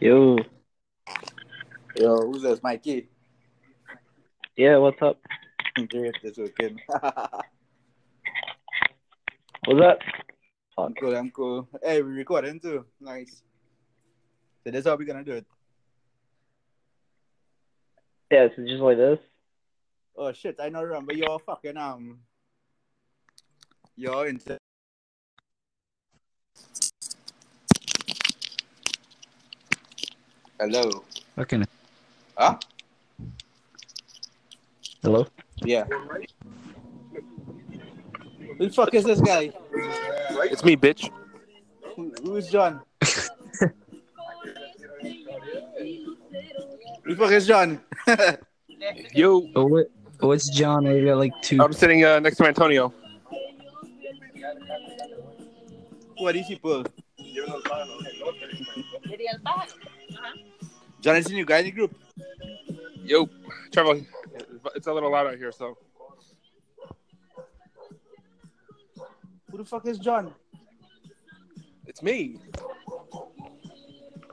Yo, Yo, who's this? Mikey. yeah, what's up? Good, this is Kim. What's up? I'm cool, I'm cool. Hey, we recording too. Nice. So that's how we're gonna do it. Yeah, so just like this. Oh shit, I not remember your fucking um your inter- Hello. Fucking Huh? hello. Yeah. Who the fuck is this guy? It's me, bitch. Who- Who's John? Who the fuck is John? Yo, Oh, what, what's John? I got like two. I'm sitting uh, next to Antonio. Who are these people? Sería el pájaro. John is the new guy in the group. Yo, Trevor, it's a little loud out here, so Who the fuck is John? it's me.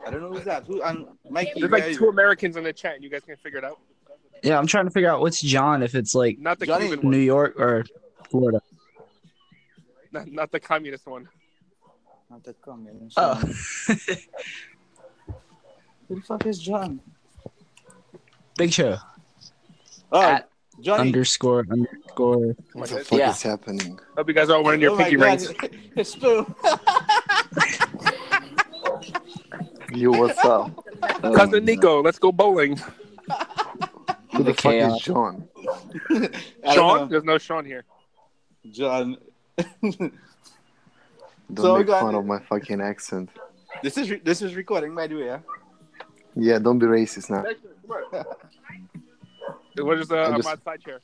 I don't know who's that. Who and Mikey? There's where like are two you? Americans in the chat, and you guys can figure it out. Yeah, I'm trying to figure out what's John if it's like Not the Johnny- Cuban New one, York or Florida. not, not the communist one. Not that come, man. Oh, Who the fuck is John? Big Show Oh, At Johnny. underscore underscore. What the fuck Yeah. is happening? Hope you guys are all wearing your oh pinky my rings. God. It's Spoon. You what's up? Um, Cousin Nico, let's go bowling. Who the The fuck is chaos. John? I don't Sean, know. there's no Sean here. John. Don't So we make got- fun of my fucking accent. this is re- this is recording by the way. Yeah? Yeah, don't be racist now. What is uh, I just- Ahmad's side chair?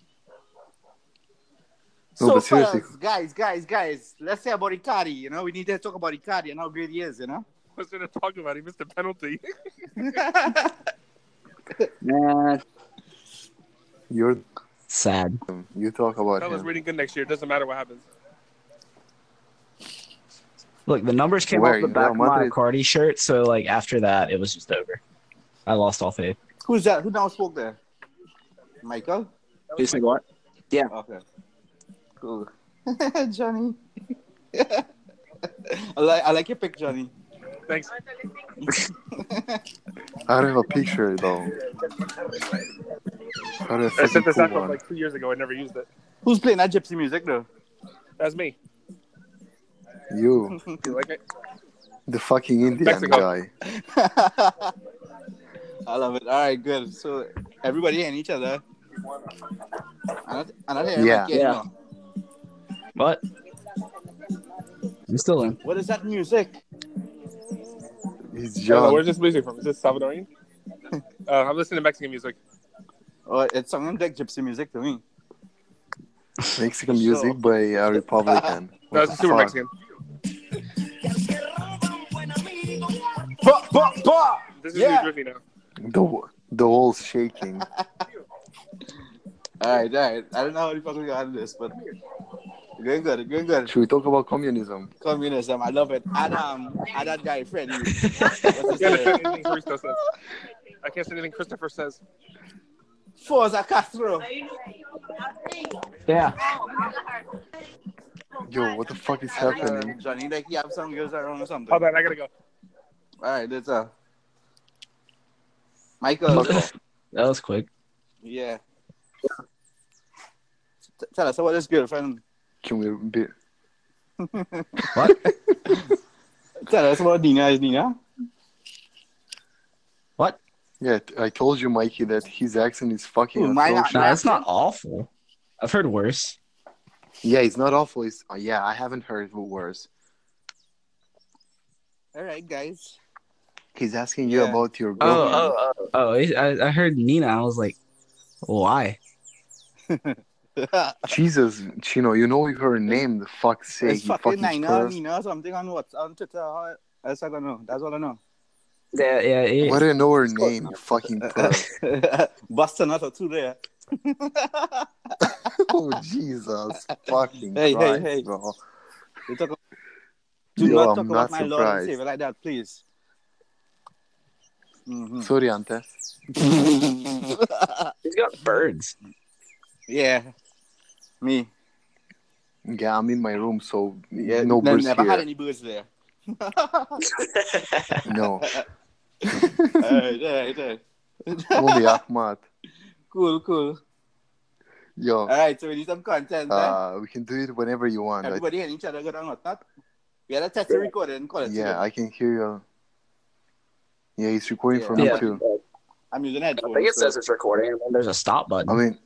No, so but seriously. fellas, guys, guys, guys. Let's say about Icardi. You know, we need to talk about Icardi and how great he is. You know. What's gonna talk about? He missed a penalty. You're Sad. you talk about Fellas, him. reading good next year. It doesn't matter what happens. Look, the numbers came Where off the you back go, of my Madrid? Cardi shirt, so like after that, it was just over. I lost all faith. Who's that? Who now spoke there? Michael. He's like, what? Okay. Cool. Johnny. I like I like your pick, Johnny. Thanks. I don't have a picture though. I don't have I a sent fucking this cool app up one. like two years ago. I never used it. Who's playing that gypsy music though? That's me. You, You like it? the fucking Indian Mexico. guy. I love it. All right, good. So everybody and each other. I don't, I don't hear Yeah. Mikey Yeah. anymore. What? I'm still in. What is that music? He's Hello, John. Where's this music from? Is this Salvadorian? uh, I'm listening to Mexican music. Oh, it's sounding like gypsy music to me. Mexican So- music by a Republican. No, What it's the super fuck? Mexican. Ba, ba, ba! This is Yeah. New Jersey now. The the wall's shaking. All right, all right. I don't know how the fuck we got on this, but going good, going good. Should we talk about communism? Communism, I love it. And um, and that guy, friend. I can't understand anything Christo says. I can't say anything Christopher says. Forza Castro. Yeah. Yo, what the fuck is Uh, happening? Johnny, like you have some girls around or something. Hold on, I gotta go. All right, let's uh, Michael. That was quick. yeah. T- tell us about this girlfriend. Can we be What? Tell us about Nina. Is Nina? what? Yeah, t- I told you, Mikey, that his accent is fucking Ooh, mine atrocious. No, that's not awful. I've heard worse. Yeah, it's not awful. It's uh, yeah, I haven't heard worse. All right, guys. He's asking you Yeah. about your girl. Oh, oh, oh, oh! I, I heard Nina. I was like, why? Jesus, Chino, you know her name. The fuck's sake, it's you fucking fucking Nina, cursed. Nina, something on what on Twitter. How else I don't know. That's all I know. Yeah, yeah, yeah. Why do you know her name? You fucking cursed. Busting out or two there. oh Jesus, fucking Hey, hey, Christ, hey. bro. You talk. Do Yo, not talk I'm about not my Lord and surprised. Savior like that, please. Mhm. Sorry, Ante. He's got birds. yeah. Me. Yeah, I'm in my room, so Yeah. no ne- birds never here. had any birds there. No, alright, alright, alright. only Ahmad. Cool, cool. Yo, Alright, so we need some content. Uh, eh? uh, we can do it whenever you want. I, Everybody and each other good on whatnot. We had a test recording and call it. yeah, good. I can hear you. Yeah, he's recording for Yeah. me too. I'm using I headphones. think it so- says it's recording, and then there's a stop button. I mean,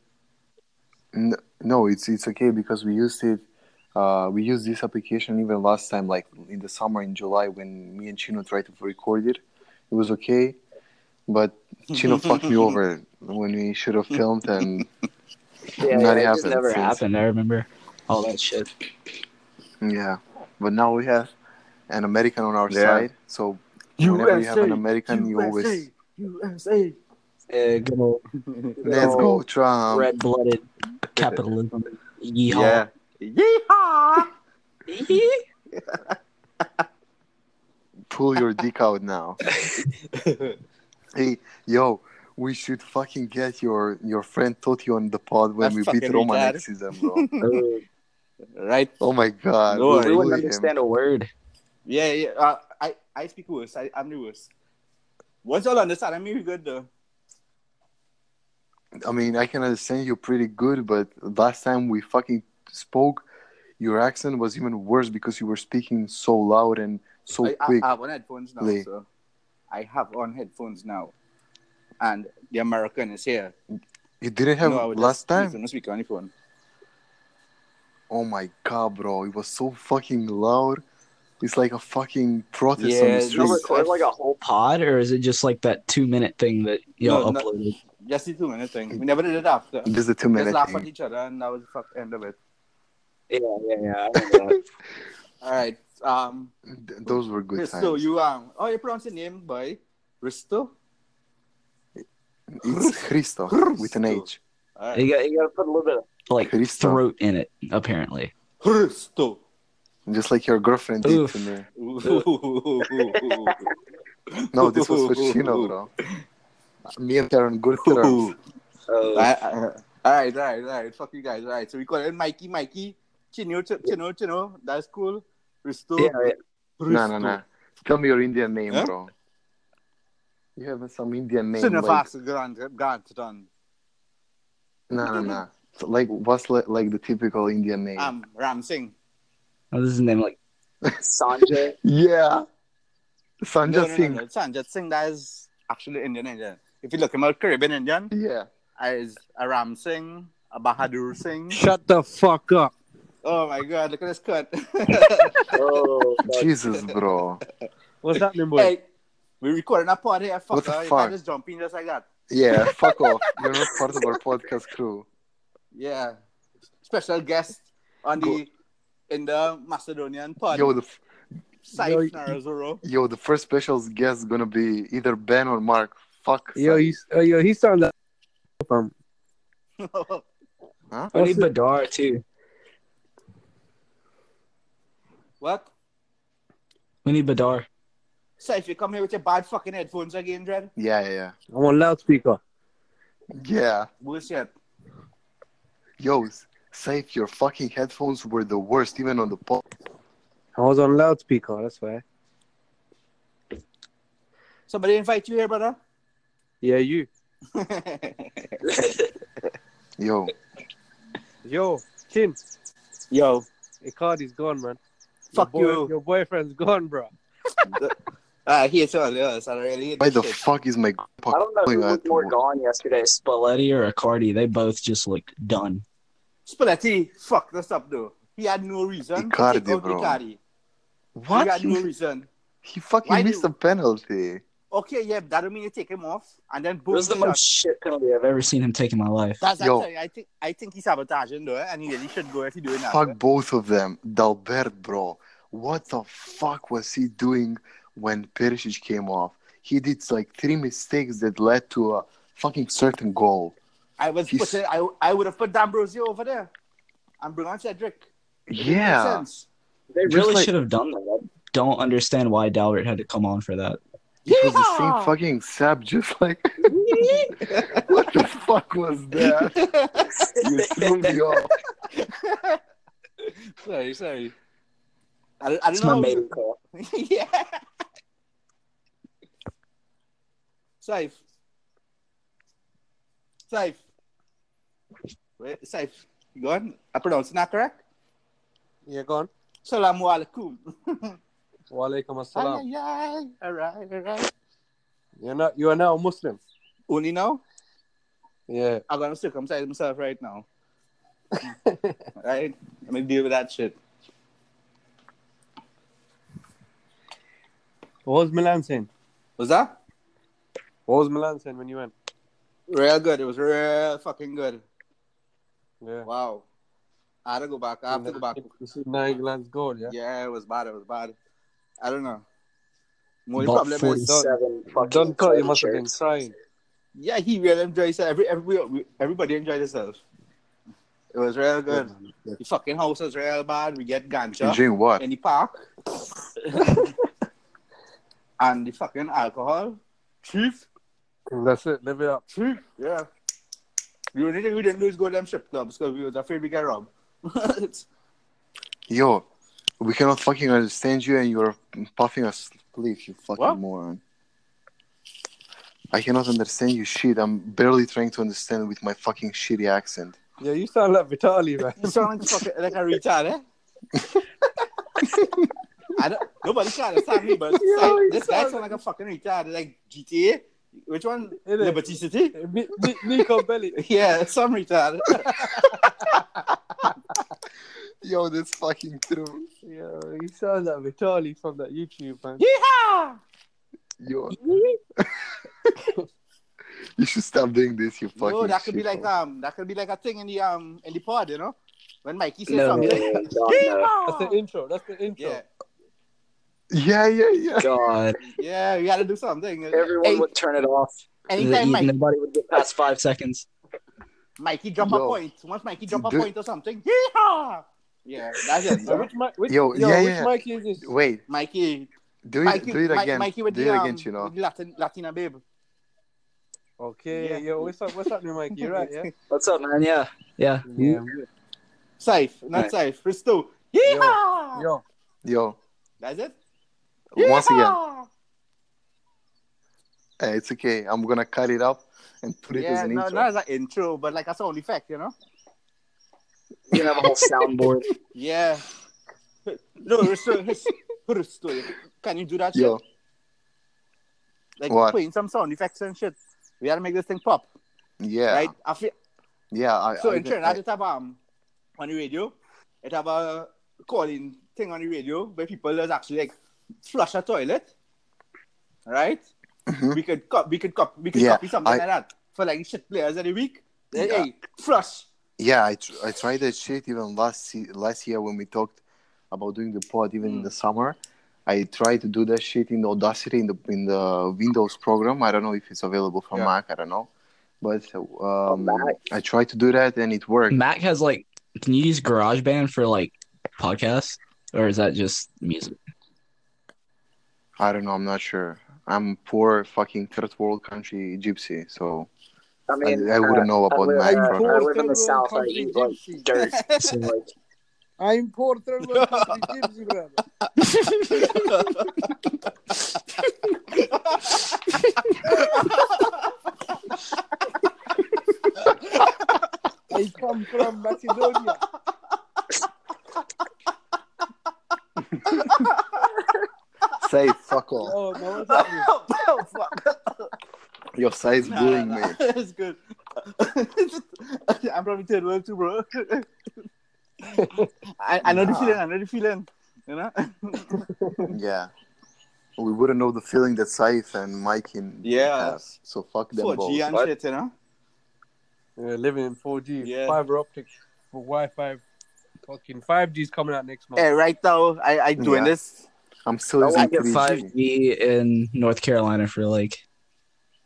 n- no, it's it's okay because we used it. Uh, we used this application even last time, like in the summer in July when me and Chino tried to record it. It was okay, but Chino fucked me over when we should have filmed, and yeah, not it happened just never since. happened. I remember all that shit. yeah. But now we have an American on our Yeah. side, so whenever you have an American, you always USA. Uh, good old let's go um, Trump. red-blooded capitalism. Yeehaw. Yeah. Yeehaw! Pull your dick out now. Hey, yo, we should fucking get your your friend Toti on the pod when That's we fucking beat Roman retarded. Exism, bro. Oh, right. oh my god, No, we'll I we bully wouldn't him. understand a word. Yeah, yeah. Uh, I, I speak worse. I, I'm the worst. Once y'all understand, I'm really good though. I mean, I can understand you pretty good, but last time we fucking spoke, your accent was even worse because you were speaking so loud and so I, quick. I, I have on headphones now, Lee. so I have on headphones now. And the American is here. you didn't have No, I would just last time. use the speaker on the phone. Oh my god, bro, it was so fucking loud. It's like a fucking protest on Yeah, the it's Did you street. not- record like a whole pod, or is it just like that two-minute thing that y'all No, no. uploaded? Just the two minute thing. We never did it after. This is the two Just minute laugh thing. at each other, and that was the fuck end of it. Yeah, yeah, yeah. I remember that. All right. Um, Th- Those were good times. Risto, you um, oh, you pronounce your name by Risto. It's Christo with an Christo. H. All right. you got you got to put a little bit of like Christo. throat in it, apparently. Risto. Just like your girlfriend did Oof. to me. no, No, this was for Chino, bro. Me and Karen, good terms. Oh, I, I, all right, all right, all right. Fuck you guys. All right. So we call it Mikey, Mikey, Chino, Ch- Chino, Chino. That's cool. Risto. yeah, yeah. Risto. No, no, no. Tell me your Indian name, Huh? bro. You have some Indian name. Like, Sinafas, Grant, Grant, done. no, no, no. So, like, what's like, like the typical Indian name? Um, Ram Singh. What is his name? Like Sanjay. yeah. Sanjay No, no, Singh. No, no. Sanjay Singh, that is actually Indian Indian. If you look him up, Caribbean Indian, Yeah. is a Ram Singh, a Bahadur Singh. Shut the fuck up. Oh my god, look at this cut. oh, Jesus, bro. What's happening, boy? hey, we recording a pod here, fucker. What the You fuck? can't just jump in just like that. Yeah, fuck off. You're not part of our podcast crew. Yeah. Special guest on the in the Macedonian pod. Yo, the f- Saif Yo, Narazoro. yo, the first special guest gonna be either Ben or Mark. Fuck. Yo, Sanjay. you, oh, yo, he sounds like. Um, we need Badar too. what? We need Badar. Saif, you come here with your bad fucking headphones again, Dred? Yeah, yeah, yeah. I'm on loudspeaker. Yeah. Worse yet. Yo, S- Saif, your fucking headphones were the worst, even on the pod. I was on loudspeaker, that's why. Somebody invite you here, brother? Yeah, you. Yo, Yo, Chin, Yo. Icardi's gone, man. Fuck your boy- you. Your boyfriend's gone, bro. I hate all the others. I really hate why this the shit. fuck is my grandpa I don't know who calling was at more work? gone yesterday, Spalletti or Accardi. They both just looked done. Spalletti fucked us up though. He had no reason. Icardi, Take out bro. Icardi. He What? had He, no reason. he fucking Why do- missed a penalty. Okay, yeah, that don't mean you take him off and then It boom. was the shot. most shit penalty I've ever seen him take in my life. That's Yo. actually, I think I think he's sabotaging though, eh, and he really should go if he's doing that. Fuck both of them. Dalbert, bro. What the fuck was he doing when Perisic came off? He did like three mistakes that led to a fucking certain goal. I was He's- putting, I I would have put D'Ambrosio over there and bring on Cedric. It didn't make Yeah. sense. They Just really like- should have done that. I don't understand why Dalbert had to come on for that. It was the same fucking sap, just like what the fuck was that? You threw me off. sorry, sorry. I, I It's don't my know. maiden call. yeah. Saif. Saif. Wait, Saif. You gone? I pronounced it not correct? Yeah, go on. Salamu alaikum. Walaikum assalam. Ay, ay, ay. All right, all right. You're not. You are now Muslim. Only now? Yeah. I'm going to circumcise myself right now. right? I'm going to deal with that shit. What was Milan saying? Was that? What was Milan saying when you went? Real good. It was real fucking good. Yeah. Wow. I had to go back. I have to go back. You see Nainggolan's goal, yeah. Yeah, it was bad. It was bad. I don't know. Only Bought problem is, don't- 47 fucking Don't cut. You Saudi must have been shirts. crying. yeah, he really enjoyed himself. Every, every, everybody enjoyed themselves. It was real good. The fucking house was real bad. We get ganja Enjoying what? in the park. and the fucking alcohol. Chief, That's it. Live it up. chief, yeah. The only thing we didn't do is go to them strip clubs because we was afraid we get robbed. Yo, we cannot fucking understand you, and you're puffing a split, you fucking What? moron. I cannot understand you shit. I'm barely trying to understand with my fucking shitty accent. Yeah, you sound like Vitali, man. You sound like, fucking, like a retard, eh? I don't, nobody can understand me, but Yo, like, he this guy sound- sounds like a fucking retard. Like GTA? Which one? It is. Liberty City? Ni- Ni- Nico Belly. Yeah, some retard. Yo, that's fucking true. Yeah, he sounds like Vitali from that YouTube, man. Yo. you should stop doing this, you fucking no, that could be shit, like bro. um, that could be like a thing in the um in the pod, you know, when Mikey says No, no, something. no, God, That's the intro. That's the intro. Yeah, Yeah, yeah, yeah. no. God. yeah, we gotta do something. Everyone Hey, would turn it off. anytime Mike, Nobody would get past five seconds. Mikey drop a Yo. point, once Mikey drop a Dude. point or something, yee-haw! yeah, that's it. So which mic? Which, Yo, yo, yeah, which yeah. mic is this? Wait, Mikey, do it, Mikey, do it Mi- again. Mikey with do the, it um, again, you know. with the Latin, Latina babe. Okay, Yeah. yo, what's up? What's happening, Mike? You right? Yeah. What's up, man? Yeah. Yeah. Yeah. Safe, not Right. safe. Risto. Yeah. Yo, Yo, That's it. once again, Yeehaw! eh, it's okay. I'm gonna cut it up and put it as Yeah, an no, intro. not as an intro, but like a sound effect, you know. You can have a whole soundboard. Yeah. No, Risto, Risto, Risto, can you do that? Shit? Yo, like what? putting some sound effects and shit. We gotta make this thing pop, yeah, right? I feel, yeah. I, so I, in Trinidad, I, it have um on the radio, it have a calling thing on the radio where people is actually like flush a toilet, right? Mhm. We could cop, we could cop, we could Yeah, copy something I- like that for like shit players of the week. Then, Yeah. Hey, flush. yeah, I, tr- I tried that shit even last se- last year when we talked about doing the pod, even in Mm. the summer. I tried to do that shit in Audacity in the in the Windows program. I don't know if it's available for Yeah. Mac. I don't know, but um, Mac. I tried to do that and it worked. Mac has like, can you use GarageBand for like podcasts, or is that just music? I don't know. I'm not sure. I'm poor fucking third world country gypsy, so I I, I wouldn't know about would- Mac. I bro. would- I live in Third the world south. I country eat like gypsy. dirt. So like, I'm poor third world country gypsy, brother. I come from Macedonia. Say fuck off. Oh, no, what's happening? oh, fuck. Your size Nah, bullying nah, me. nah. That's good. I'm probably third world too, bro. I, I know the Nah. feeling. I know the feeling. You know. Yeah. We wouldn't know the feeling that Saif and Mike in Yeah. have. So fuck them Four both. G and What? shit, you know. Yeah, living in 4G, Yeah. fiber optic, for Wi-Fi. Fucking 5G's coming out next month. Eh. Hey, Eh, right now I I doing Yeah. this. I'm still I using won't get 3G. 5G in North Carolina for like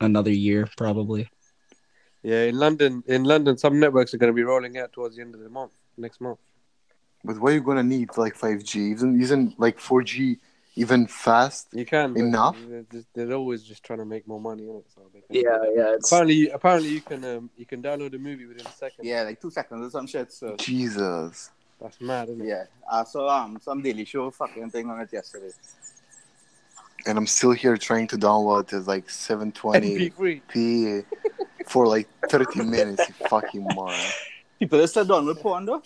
another year, probably. Yeah, in London, in London, some networks are going to be rolling out towards the end of the month, next month. But what are you gonna need like 5G? Isn't isn't like 4G even fast. You can but Enough? They're, just- they're always just trying to make more money, innit? So they can- Yeah, yeah. It's, Apparently, apparently you can um, you can download a movie within seconds. Yeah, like two seconds or some shit. So Jesus. That's mad, isn't it? yeah, I saw um some Daily Show fucking thing on it yesterday. And I'm still here trying to download it like 720p MP3. for like 30 minutes, you fucking moron. People are still done with porn though.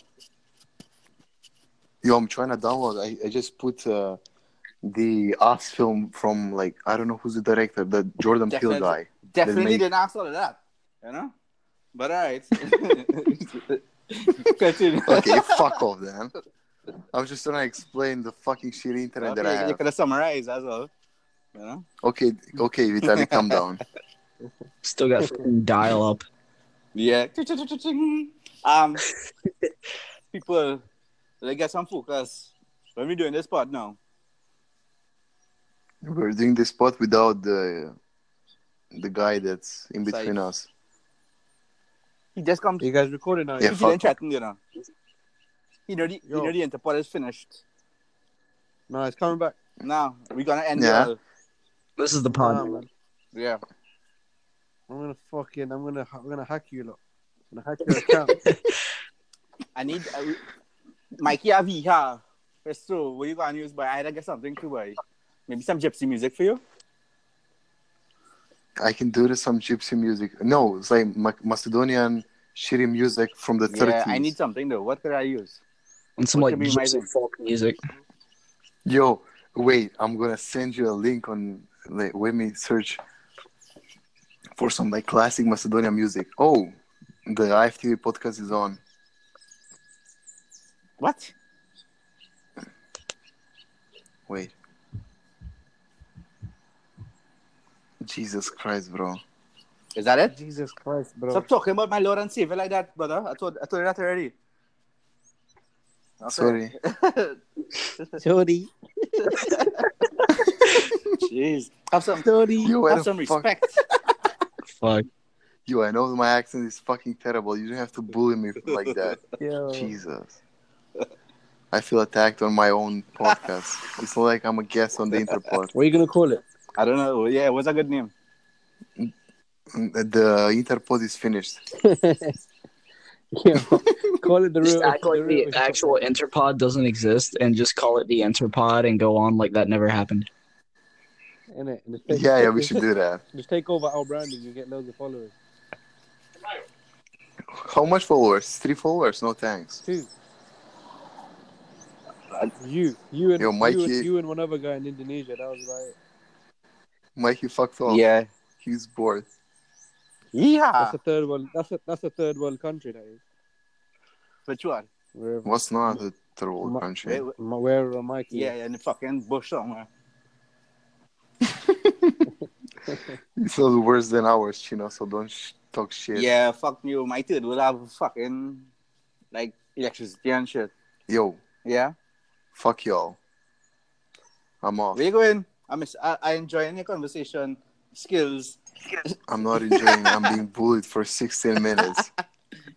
Yo, I'm trying to download. I, I just put uh, the ass film from like I don't know who's the director, the Jordan Peele Definitely. guy. Definitely make- didn't ask all of that, you know. But all right, continue. Okay, fuck off, then. I'm just trying to explain the fucking shitty internet that I Okay, you have. could have summarized as well. You know? Okay, okay, Vitali, calm down. still got dial up. Yeah. Um, people, let's get some focus. When we doing this part now, We're doing this spot without the the guy that's in between Saif. us. he just come. You guys recording now? Yeah, he fuck. didn't threaten, you know. He know the, he Yo. know the interpol is finished. No, it's coming back. Now we're gonna end Yeah. it. all. This is the Nah, pod. man. Yeah. I'm gonna fucking I'm gonna I'm gonna hack you lot. I'm gonna hack your account. I need I, Mikey Avija. It's true. What you gonna use? But I gotta get something to buy. Maybe some gypsy music for you. I can do this some gypsy music. No, it's like Mac- Macedonian shitty music from the 30s. Yeah. I need something though. What could I use? And some What like could be my gypsy thing? folk music. Yo, wait, I'm gonna send you a link on like let me search for some like classic Macedonian music. Oh, the IFTV podcast is on. What? Wait. Jesus Christ, bro. Is that it? Jesus Christ, bro. Stop talking about my Lord and Savior like that, brother. I told I told you that already. Okay. Sorry. Tony. Jeez. Have some Yo, where have the some fuck- respect. Fuck. Yo, I know my accent is fucking terrible. You don't have to bully me like that. Uh. Yo. Jesus. I feel attacked on my own podcast. It's not like I'm a guest on the Interpod. What are you gonna call it? I don't know. Yeah, what's a good name? The Interpod is finished. Yo, call it the Just real. act like real- the actual Interpod doesn't exist and just call it the Interpod and go on like that never happened. innit? And just take- Yeah, yeah, we should do that. Just take over our branding. You get loads of followers. How much followers? Three followers? No thanks. Two. You, you and Yo, Mikey- you, and, you and one other guy in Indonesia. That was about it. Mikey fucked off. Yeah. He's bored. Yeah. Ah. That's a third world. That's a that's a third world country. That is Which one? wherever What's not a third world Ma- country? Wait, Ma- wherever Mikey. Yeah, in the fucking bush somewhere. It's not worse than ours, Chino, so don't sh- talk shit. Yeah, fuck you. My third will have fucking like electricity and shit. Yo, Yeah. fuck y'all. I'm off. Where you going? I'm I, I enjoying your conversation skills. I'm not enjoying I'm being bullied for 16 minutes.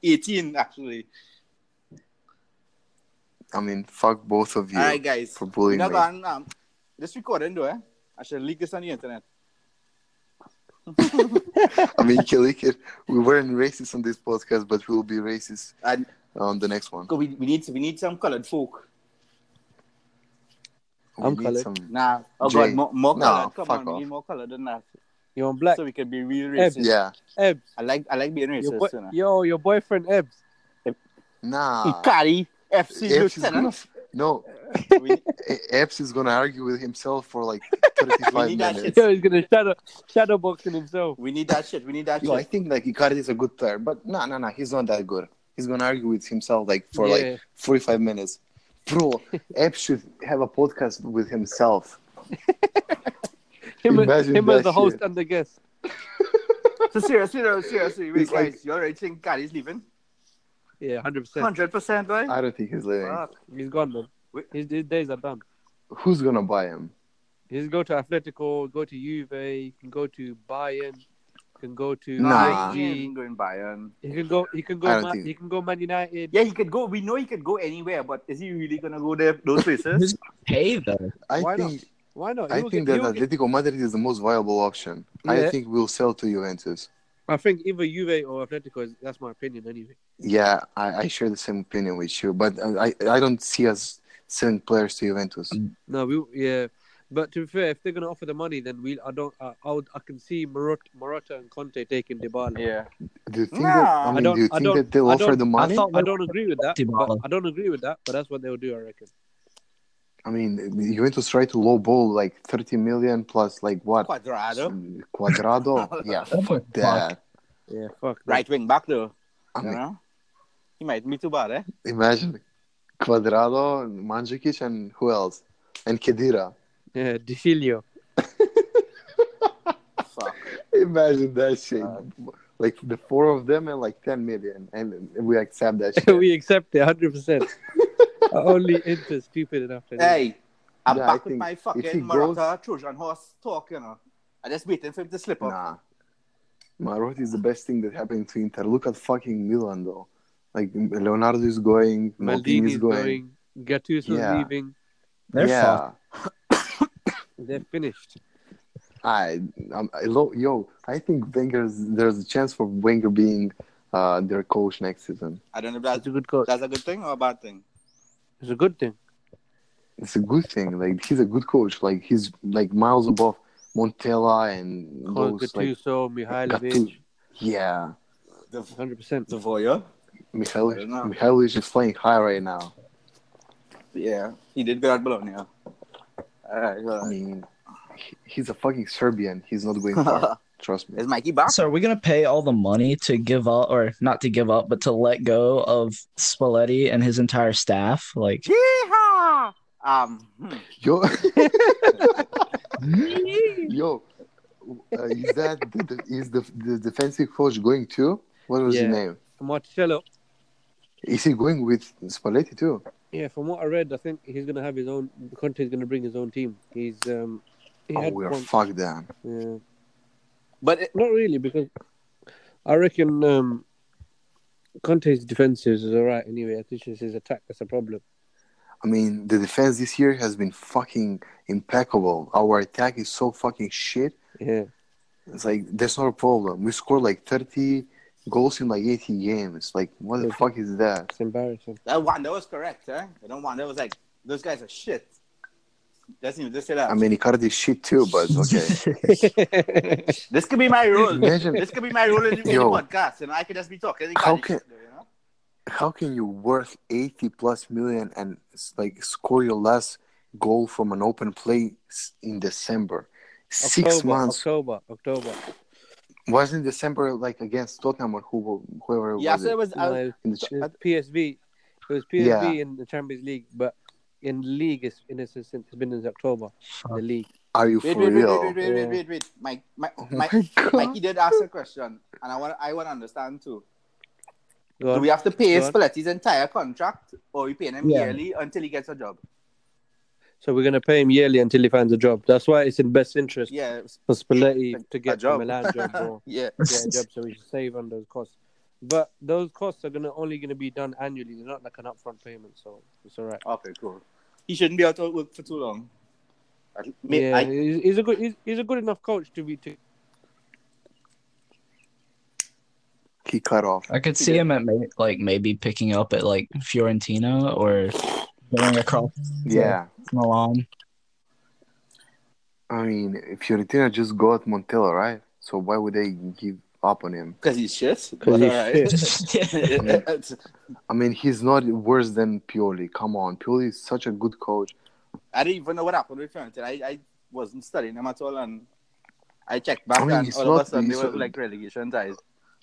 18 actually. I mean, fuck both of you All right, guys. for bullying We're me. not going, um, this recording though, eh? I should leak this on the internet. I mean, Kilikir, we weren't racist on this podcast, but we'll be racist And on the next one. go, we, we need we need some colored folk. We I'm need colored. some- Nah. Oh Jay. god, more, more No, colored. Come fuck on, we need off. more colored than that. You're on black. So we can be real Eb. racist. Yeah. Ebs. I like I like being Your racist. boy- you know. yo, your boyfriend Ebs. Ah. Nah. Ikari FC Epps is gonna, Lieutenant. f- no, We- E- Epps is gonna argue with himself for like 35 We need that minutes. Yo, he's gonna shadow shadow boxing himself. We need that shit. We need that Yo, I shit. think like Icardi is a good player, but no, no, no, he's not that good. He's gonna argue with himself like for Yeah. like 45 minutes. Bro, Ep should have a podcast with himself. Him, Imagine him as that the host shit. and the guest. So seriously, no, seriously, wait, It's like- guys, you already think God is leaving? Yeah, hundred percent. Hundred percent, right? I don't think he's leaving. Fuck. He's gone, man. Wait. His, his days are done. Who's gonna buy him? He's go to Atletico, go to Juve, he can go to Bayern, can go to Nah. PSG. Bayern, going Bayern. He can go. He can I go. don't Man, think- he can go Man United. Yeah, he could go. We know he could go anywhere, but is he really gonna go there? Those places? Who's- Hey though. I Why think Why not? I He will think get- that he will get- Atletico Madrid is the most viable option. I Yeah. think we'll sell to Juventus. I think either Juve or Atletico. Is, that's my opinion, anyway. Yeah, I, I share the same opinion with you, but uh, I, I don't see us selling players to Juventus. No, we yeah. But to be fair, if they're going to offer the money, then we I don't I, I, would, I can see Morata, Morata and Conte taking Dybala. Yeah. Do you think Nah, that, I I mean, don't- do you I think don't- that they'll I offer don't- the money? I I, thought I don't agree with that. But Dybala. I don't agree with that. But that's what they'll do, I reckon. mean, Juventus tried to lowball like 30 million plus like what? Quadrado. Quadrado? yeah, Oh my fuck that. Yeah, fuck. Right wing back though. I You mean, know? He might be too bad, eh? imagine Quadrado, Mandzukic, and who else? And Kedira. Yeah, Dicilio. Fuck. Imagine that shit. Uh, like the four of them and like 10 million, and we accept that shit. we accept it 100. percent Only Inter stupid enough. to do that. Hey, I'm Yeah, I back with think my if he fucking goes- Morata Trojan horse talk, you know. I just waiting for him to slip up. Nah. Marotti is the best thing that happened to Inter. Look at fucking Milan though. Like Leonardo is going, Maldini Maldini's is going. going. Gattuso's Yeah. leaving. They're fucked. yeah. They're finished. I, I'm, I lo- yo, I think Wenger's there's a chance for Wenger being uh, their coach next season. I don't know if That's that's, a good coach. that's a good thing or a bad thing. It's a good thing. It's a good thing. Like he's a good coach. Like he's like miles above Montella and Call those like Gattuso, Mihailovic, Gattu- yeah. The, 100%. the voyeur? I Mihailovic don't know. Mihailovic is playing high right now. Yeah, he did good at Bologna. Alright, I alright. mean, he- he's a fucking Serbian. He's not going far. trust me. Is Mikey back? So are we gonna pay all the money to give up, or not to give up, but to let go of Spalletti and his entire staff? Like, Yeehaw! Um, hmm. Yo, yo, uh, is that the, the, is the, the defensive coach going too? What was Yeah. his name? Marcello. Is he going with Spalletti too? Yeah, from what I read, I think he's going to have his own. Conte's going to bring his own team. He's. um he oh, had we're one- fucked then. yeah. But it, Not really, because I reckon um, Conte's defense is all right anyway. I think it's his attack that's a problem. I mean, the defense this year has been fucking impeccable. Our attack is so fucking shit. Yeah, It's like that's not a problem. We scored like thirty goals in like eighty games. Like, what the fuck is that? it's embarrassing. that one, that was correct, eh? The don't one, that was like, those guys are shit. That's even, just say that. I mean, Icardi is shit too, but okay. this could be my role. Imagine- this could be my role in the, in the Yo. podcast, and I could just be talking. How Icardi can- shit, you know? how can you worth 80 plus million and like score your last goal from an open play s- in December? Six October, months October, October. wasn't December like against Tottenham or who, whoever Yeah, was so it it? was. uh, I No, was it In the ch- Ah, was PSV. It was PSV Yeah. in the Champions League, but in league, it's, in it's, it's been in October. The league. Are you wait, for wait, wait, real? wait, wait, wait, wait, Yeah. wait, wait. Mike, Mike, Oh Mike, my God. Mikey did ask a question, and I want, I want to understand too. Go Do on. we have to pay Go on. Spalletti's entire contract, or are we paying him Yeah. yearly until he gets a job? So we're going to pay him yearly until he finds a job. That's why it's in best interest Yeah, for Spalletti A- to get job. a Milan job or yeah. get a job so we should save on those costs. But those costs are gonna only gonna be done annually. They're not like an upfront payment, so it's all right. Okay, cool. He shouldn't be out of work for too long. I, may- yeah, I- he's, he's a good he's, he's a good enough coach to be to. He cut off. I could see him at may- like maybe picking up at like Fiorentina or going across Yeah. Milan. I mean, Fiorentina just got Montella, right? So why would they give up on him? Because he's shit. but 'Cause he's alright. shit. I mean, he's not worse than Pioli. Come on. Pioli is such a good coach. I didn't even know what happened with Fiorentina. I, I wasn't studying them at all, and I checked back, I mean, and it's all not- of a sudden they it's were not- like relegation ties.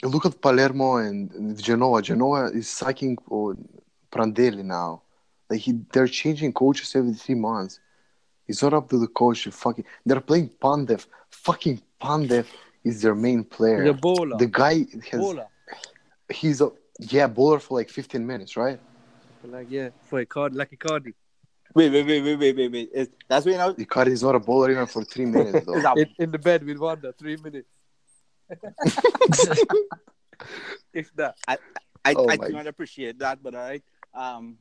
Look at Palermo and Genoa. Genoa is sucking oh, Prandelli now. Like he, they're changing coaches every three months. It's not up to the coach. To fucking, they're playing Pandev. Fucking Pandev is their main player. He's a bowler. The guy has bowler. he's a yeah bowler for like 15 minutes, right? Like yeah, for Icardi, like Icardi. Wait, wait, wait, wait, wait, wait, wait. Is, that's when I was. Icardi is not a bowler even for three minutes though. Is that, In, in the bed with Wanda, three minutes, if that. I, Oh I my- Oh do not appreciate that, but alright. Um,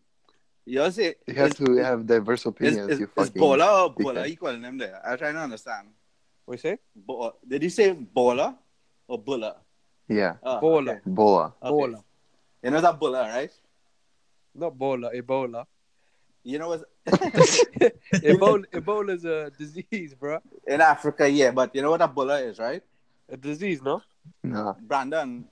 Yours is, You have is, to have diverse is, opinions. is, you is fucking. Bola or Bola dickhead. equaling them there? I'm trying to understand. What you say? Bo- did you say Bola or Bulla? Yeah, Ah, Bola. okay. Bola. Okay. Bola. You know that Bulla, right? Not Bola, Ebola. You know what's Ebola Ebola is a disease, bro. in Africa, yeah, but you know what a Bulla is, right? A disease, no? Nah. Brandon,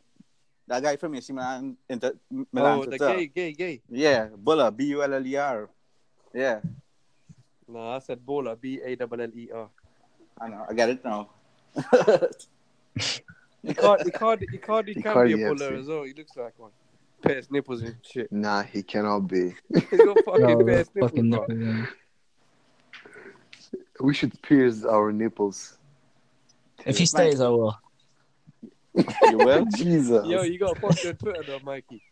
that guy from AC Milan, Inter, Milan Oh, the Inter. gay, gay, gay. Yeah, Bulla, B U L L E R. Yeah, No, I said Bola, B A L L E R. I know, I get it now. Icardi, Icardi, Icardi can be Icardi a FC. puller as well. He looks like one. Pierce nipples and shit. Nah, he cannot be. He's got fucking No, pierced nipples, fucking bro. nipple ring. We should pierce our nipples. If he stays, I will. you will? Jesus. Yo, you gotta post it on Twitter though, Mikey.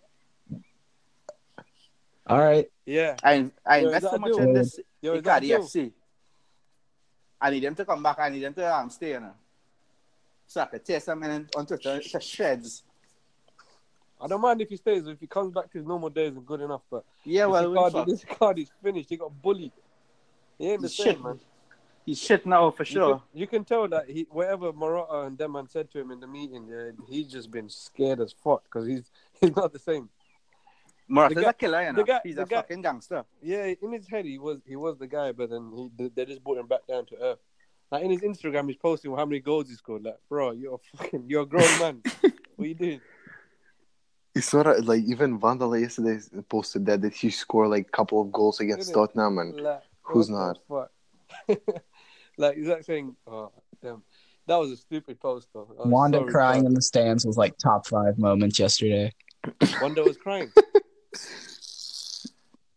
All right. Yeah. I, I Yo, is invest so that much dope? in this Yo, is that Icardi dope? FC. I need them to come back. I need them to um, stay, you know. So I could tear some in on Twitter to shreds. I don't mind if he stays. If he comes back to his normal days, and good enough. But Yeah, this well, we Icardi, fuck. this Icardi's finished. He got bullied. He ain't the He's same, shit, man. He's shit now for You sure. can- You can, tell that he, whatever Morata and them man said to him in the meeting, yeah, he's just been scared as fuck because he's he's not the same. Morata's The guy- a killer, you the know. guy- He's the a guy- fucking gangster. Yeah, in his head he was he was the guy, but then he they- they just brought him back down to earth. Like in his Instagram, he's posting how many goals he scored. Like, bro, you're a fucking you're a grown man. what you doing? It's not a, like even Vandala yesterday posted that that he scored like a couple of goals against Did it? Tottenham and Like, Who's what the Fuck? like he's like saying, "Oh damn, that was a stupid post." Though. I was Wanda Oh, so crying retarded. in the stands was like top five moments yesterday. Wanda was crying.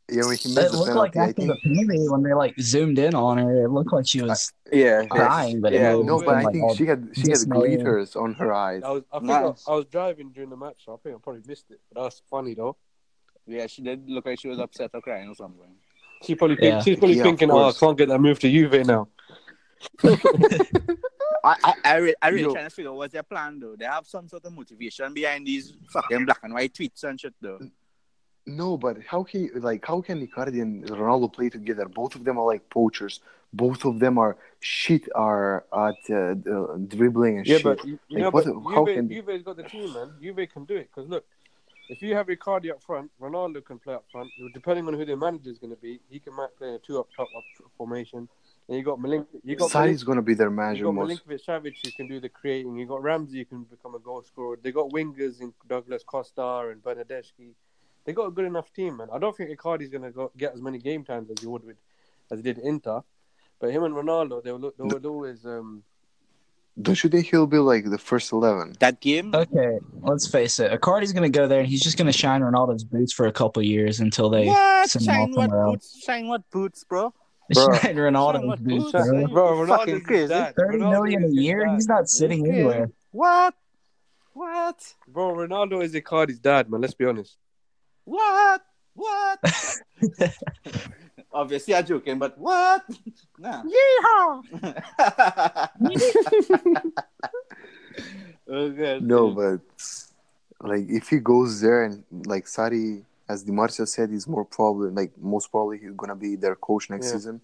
yeah, when he missed It the looked like penalty, I after think the penalty when they like zoomed in on her, it looked like she was Yeah. crying, but yeah, it was no, but wait. I like think all she had she had dismay. glitters on her eyes. I was, I think Nice. I, I was driving during the match. So I think I probably missed it. But that's funny though. Yeah, she did look like she was upset or crying or something. She probably think, Yeah. she's probably Yeah, of thinking, "Oh, I course. can't get that move to Juve now." I, I, I, re- I really Yo. trying to figure out what's their plan, though. They have some sort of motivation behind these fucking black and white tweets and shit, though. No, but how he like how can Icardi and Ronaldo play together? Both of them are like poachers. Both of them are shit are at uh, uh, dribbling and Yeah, shit. but you, you Like, know, what but the- how Juve, can- Juve's got the team, man. Juve can do it because look, if you have Icardi up front, Ronaldo can play up front. Depending on who the manager is going to be, he can might play in a two up top up formation. And you got Milink, you got Sari's Milink, gonna be their you manager got most. Milinkovic Savage who can do the creating. You got Ramsey who can become a goal scorer. They got wingers in Douglas Costa and Bernadeschi. They got a good enough team, man. I don't think Icardi's going to go, get as many game times as he would with as he did Inter. But him and Ronaldo, they will they would always um, Don't you think he'll be like the first eleven? That game, Okay, let's face it. Icardi's gonna go there and he's just gonna shine Ronaldo's boots for a couple years until they What? send him off Shine what somewhere else. boots? Shine what boots, bro? Bruh. Shine Shine Ronaldo's what boots, boots, bro. eh? Bro, You Ronaldo's fucking his crazy. dad. Thirty Ronaldo million is a his year? dad. He's not sitting Okay. anywhere. What? What? Bro, Ronaldo is Icardi's dad, man. Let's be honest. What? What? Obviously, I'm joking, but what? Nah. oh, God. No, but like if he goes there and like Sari, as Di Marzio said, is more probably like most probably he's gonna be their coach next Yeah. season.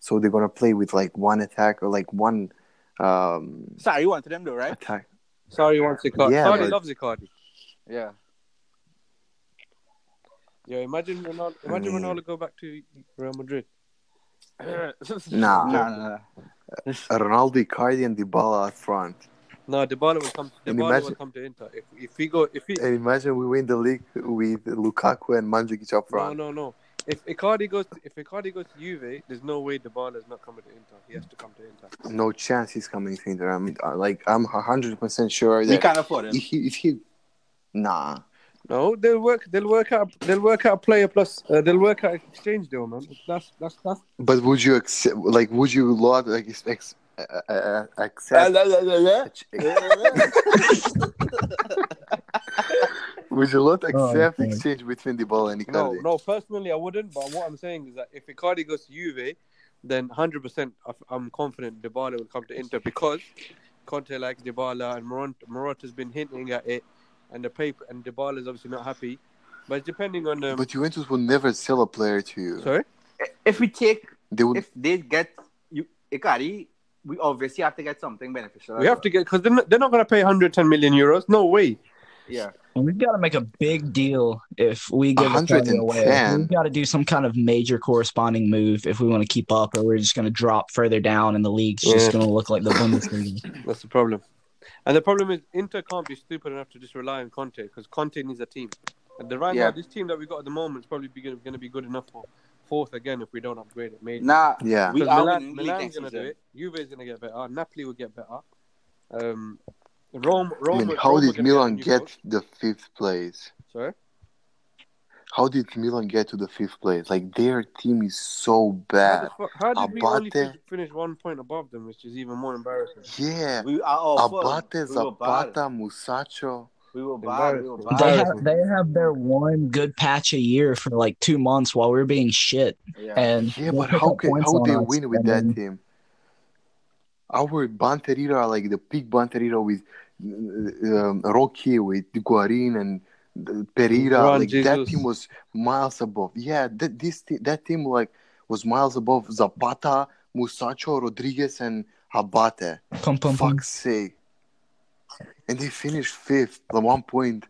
So they're gonna play with like one attack or like one um Sorry, you wanted them, though, right? attack. Sorry, he wants Icardi. Yeah, Sarri but- loves Icardi. Yeah. Yo, imagine Ronaldo. Imagine Mm. Ronaldo go back to Real Madrid. Nah, No, no, no. Ronaldo, Icardi, and Dybala at front. No, Dybala will come. And Dybala will imagine- come to Inter. If if he go, if he And imagine we win the league with Lukaku and Mandzukic up no front. no no. If Icardi goes, to, if Icardi goes to Juve, there's no way Dybala's not coming to Inter. He has to come to Inter. No chance he's coming to Inter. I'm uh, like I'm hundred percent sure We that can't afford if it. he, if he, nah, No, they'll work. They'll work out. They'll work out a player plus. Uh, they'll work out an exchange deal, man. That's that's that's. But would you accept? Like, would you lot like ex- ex- uh, uh, uh, accept? would you lot accept okay. exchange between the ball and No, Icardi? no, personally, I wouldn't. But what I'm saying is that if Icardi goes to Juve, then 100% I- I'm confident Dybala will come to Inter because Conte likes Dybala and Morata has been hinting at it, and the paper and Dybala's obviously not happy. But depending on um, But Juventus will never sell a player to you. sorry, If we take, They would. if they get you Ikari, we obviously have to get something beneficial. we have to get because they're not, they're not going to pay 110 million euros. No way. Yeah. We've got to make a big deal if we give Icardi away. 110. We've got to do some kind of major corresponding move if we want to keep up, or we're just going to drop further down, and the league's just Yeah. going to look like the Bundesliga. That's the problem. And the problem is Inter can't be stupid enough to just rely on Conte because Conte needs a team. And the right Yeah. now, this team that we got at the moment is probably going to be good enough for fourth again if we don't upgrade it. Maybe. Nah, Yeah. we Because are Milan, winning the league Milan's next going to do season. it. Juve's going to get better. Napoli will get better. Um, Rome, I Rome. mean, Rome how are did gonna a Milan new get coach. the fifth place? Sorry. How did Milan get to the fifth place? Like their team is so How, bad. the fu- how did we only Abate. fi- finish one point above them, which is even more embarrassing? Yeah. We are awful. Abate, we were bad. Zapata, Musacho. We were bad. We Embarrassing. were they bad. have they have their one good patch a year for like two months while we're being shit, Yeah. and Yeah, they but pick how up can points how on they us, win with and that then- team? Our Banterira, are like the peak Banterira with uh, um, Rocky, with Guarin and uh, Pereira, Juan like that Jesus. team was miles above. Yeah, that this te- that team like was miles above Zapata, Musacho, Rodriguez, and Habate. Pum, pum, pum. Fuck's sake! And they finished fifth, the one point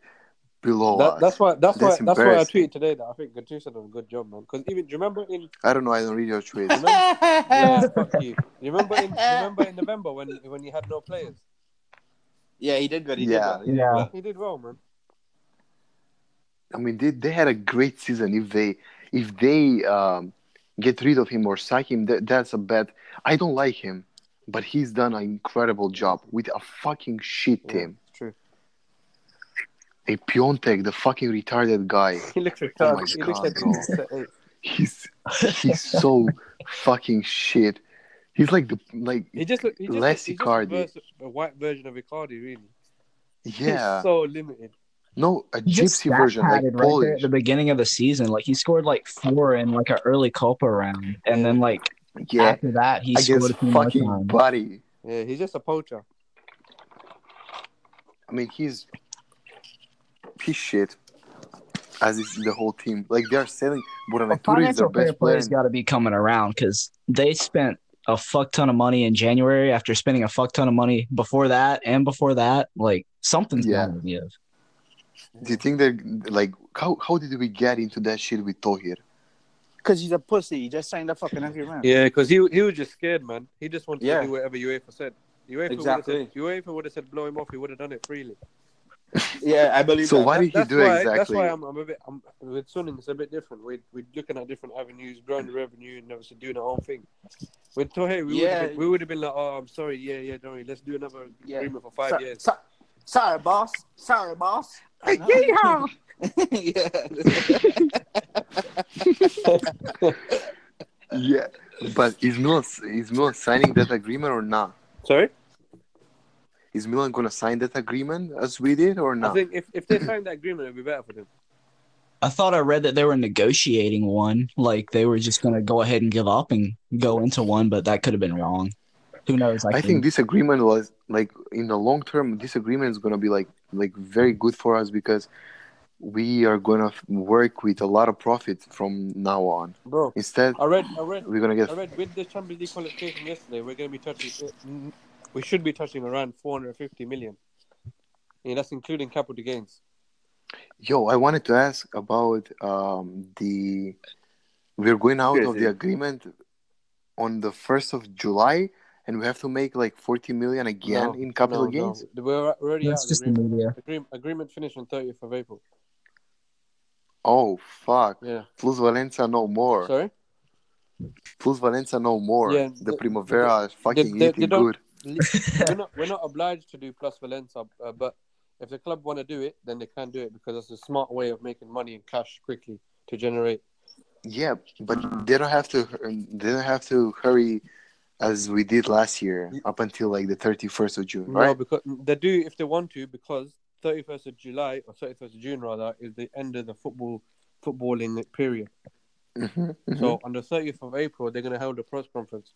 below That, us. that's why. That's, Oh, That's why. That's why I embarrassing. tweeted today that I think Gattuso done a good job, man. Because even do you remember in I don't know. I don't read your tweets. yeah, fuck you. You remember in you remember in November when when he had no players, Yeah, he did good. He Yeah. did well. He did Yeah. well. he did well, man. I mean, they, they had a great season. If they if they um, get rid of him or sack him, that, that's a bad. I don't like him, but he's done an incredible job with a fucking shit Yeah, team. it's true. A Piontek, the fucking retarded guy. He looks retarded. Oh my he looks God, like bro. he's set eight. He's he's so fucking shit. He's like the like He just look- he just Less he's just a, Icardi. vers- a white version of Icardi, really. yeah He's so limited. no a He just gypsy version like stat-padded right there at Polish the beginning of the season. Like he scored like four in like an early Copa round, and then like yeah after that he scored against a few more fucking times. buddy. Yeah, he's just a poacher. I mean, he's he's shit. As is the whole team. Like they are selling. But Bonaventura is their financial fair best play player. has got to be coming around because they spent a fuck ton of money in January after spending a fuck ton of money before that and before that. Like something's Yeah. got to give. Do you think that like how how did we get into that shit with Tohir? Because he's a pussy. He just signed a fucking agreement. Yeah, because he he was just scared, man. He just wanted Yeah. to do whatever UEFA said. UEFA Exactly. would have said UEFA would have said blow him off. He would have done it freely. Yeah, I believe So that. why did he that's do why, That's exactly? why I'm, I'm a bit. I'm, with Suning, it's a bit different. We're, we're looking at different avenues, growing the revenue, and obviously doing our own thing. With Tohe, we Yeah. would have we would have been like, oh, I'm sorry, yeah, yeah, don't worry, let's do another Yeah. agreement for five So- years. so- sorry, boss. Sorry, boss. yeah. yeah, but is Milan is Milan signing that agreement or not? Sorry, Is Milan gonna sign that agreement as we did or I not? think if, if they signed that agreement, it'd be better for them. I thought I read that they were negotiating one, like they were just going to go ahead and give up and go into one, but that could have been wrong. Who knows? I think this agreement was like in the long term. This agreement is gonna be like like very good for us because we are gonna f- work with a lot of profit from now on. Bro, Instead, I read, I read, we're gonna get I read with the Champions League qualification yesterday, we're going to be touching, we should be touching around 450 million. Yeah, that's including capital gains. Yo, I wanted to ask about um, the. We're going out of the agreement on the 1st of July, and we have to make like 40 million again No, in capital no, gains? No. We're we're already that's out of just the agreement. media. Agreement, agreement finished on 30th of April. Oh, fuck. Yeah. Plus Valenza no more. Sorry? Plus Valenza no more. Yeah, the the- Primavera is fucking they- they eating don't- good. we're, not, we're not obliged to do plus Valenza, uh, but if the club want to do it, then they can do it because it's a smart way of making money and cash quickly to generate. Yeah, but they don't have to. They don't have to hurry as we did last year up until like the 31st of June, No, right? because they do if they want to because 31st of July or 31st of June rather is the end of the football footballing period. Mhm, mhm. So on the 30th of April, they're going to hold a press conference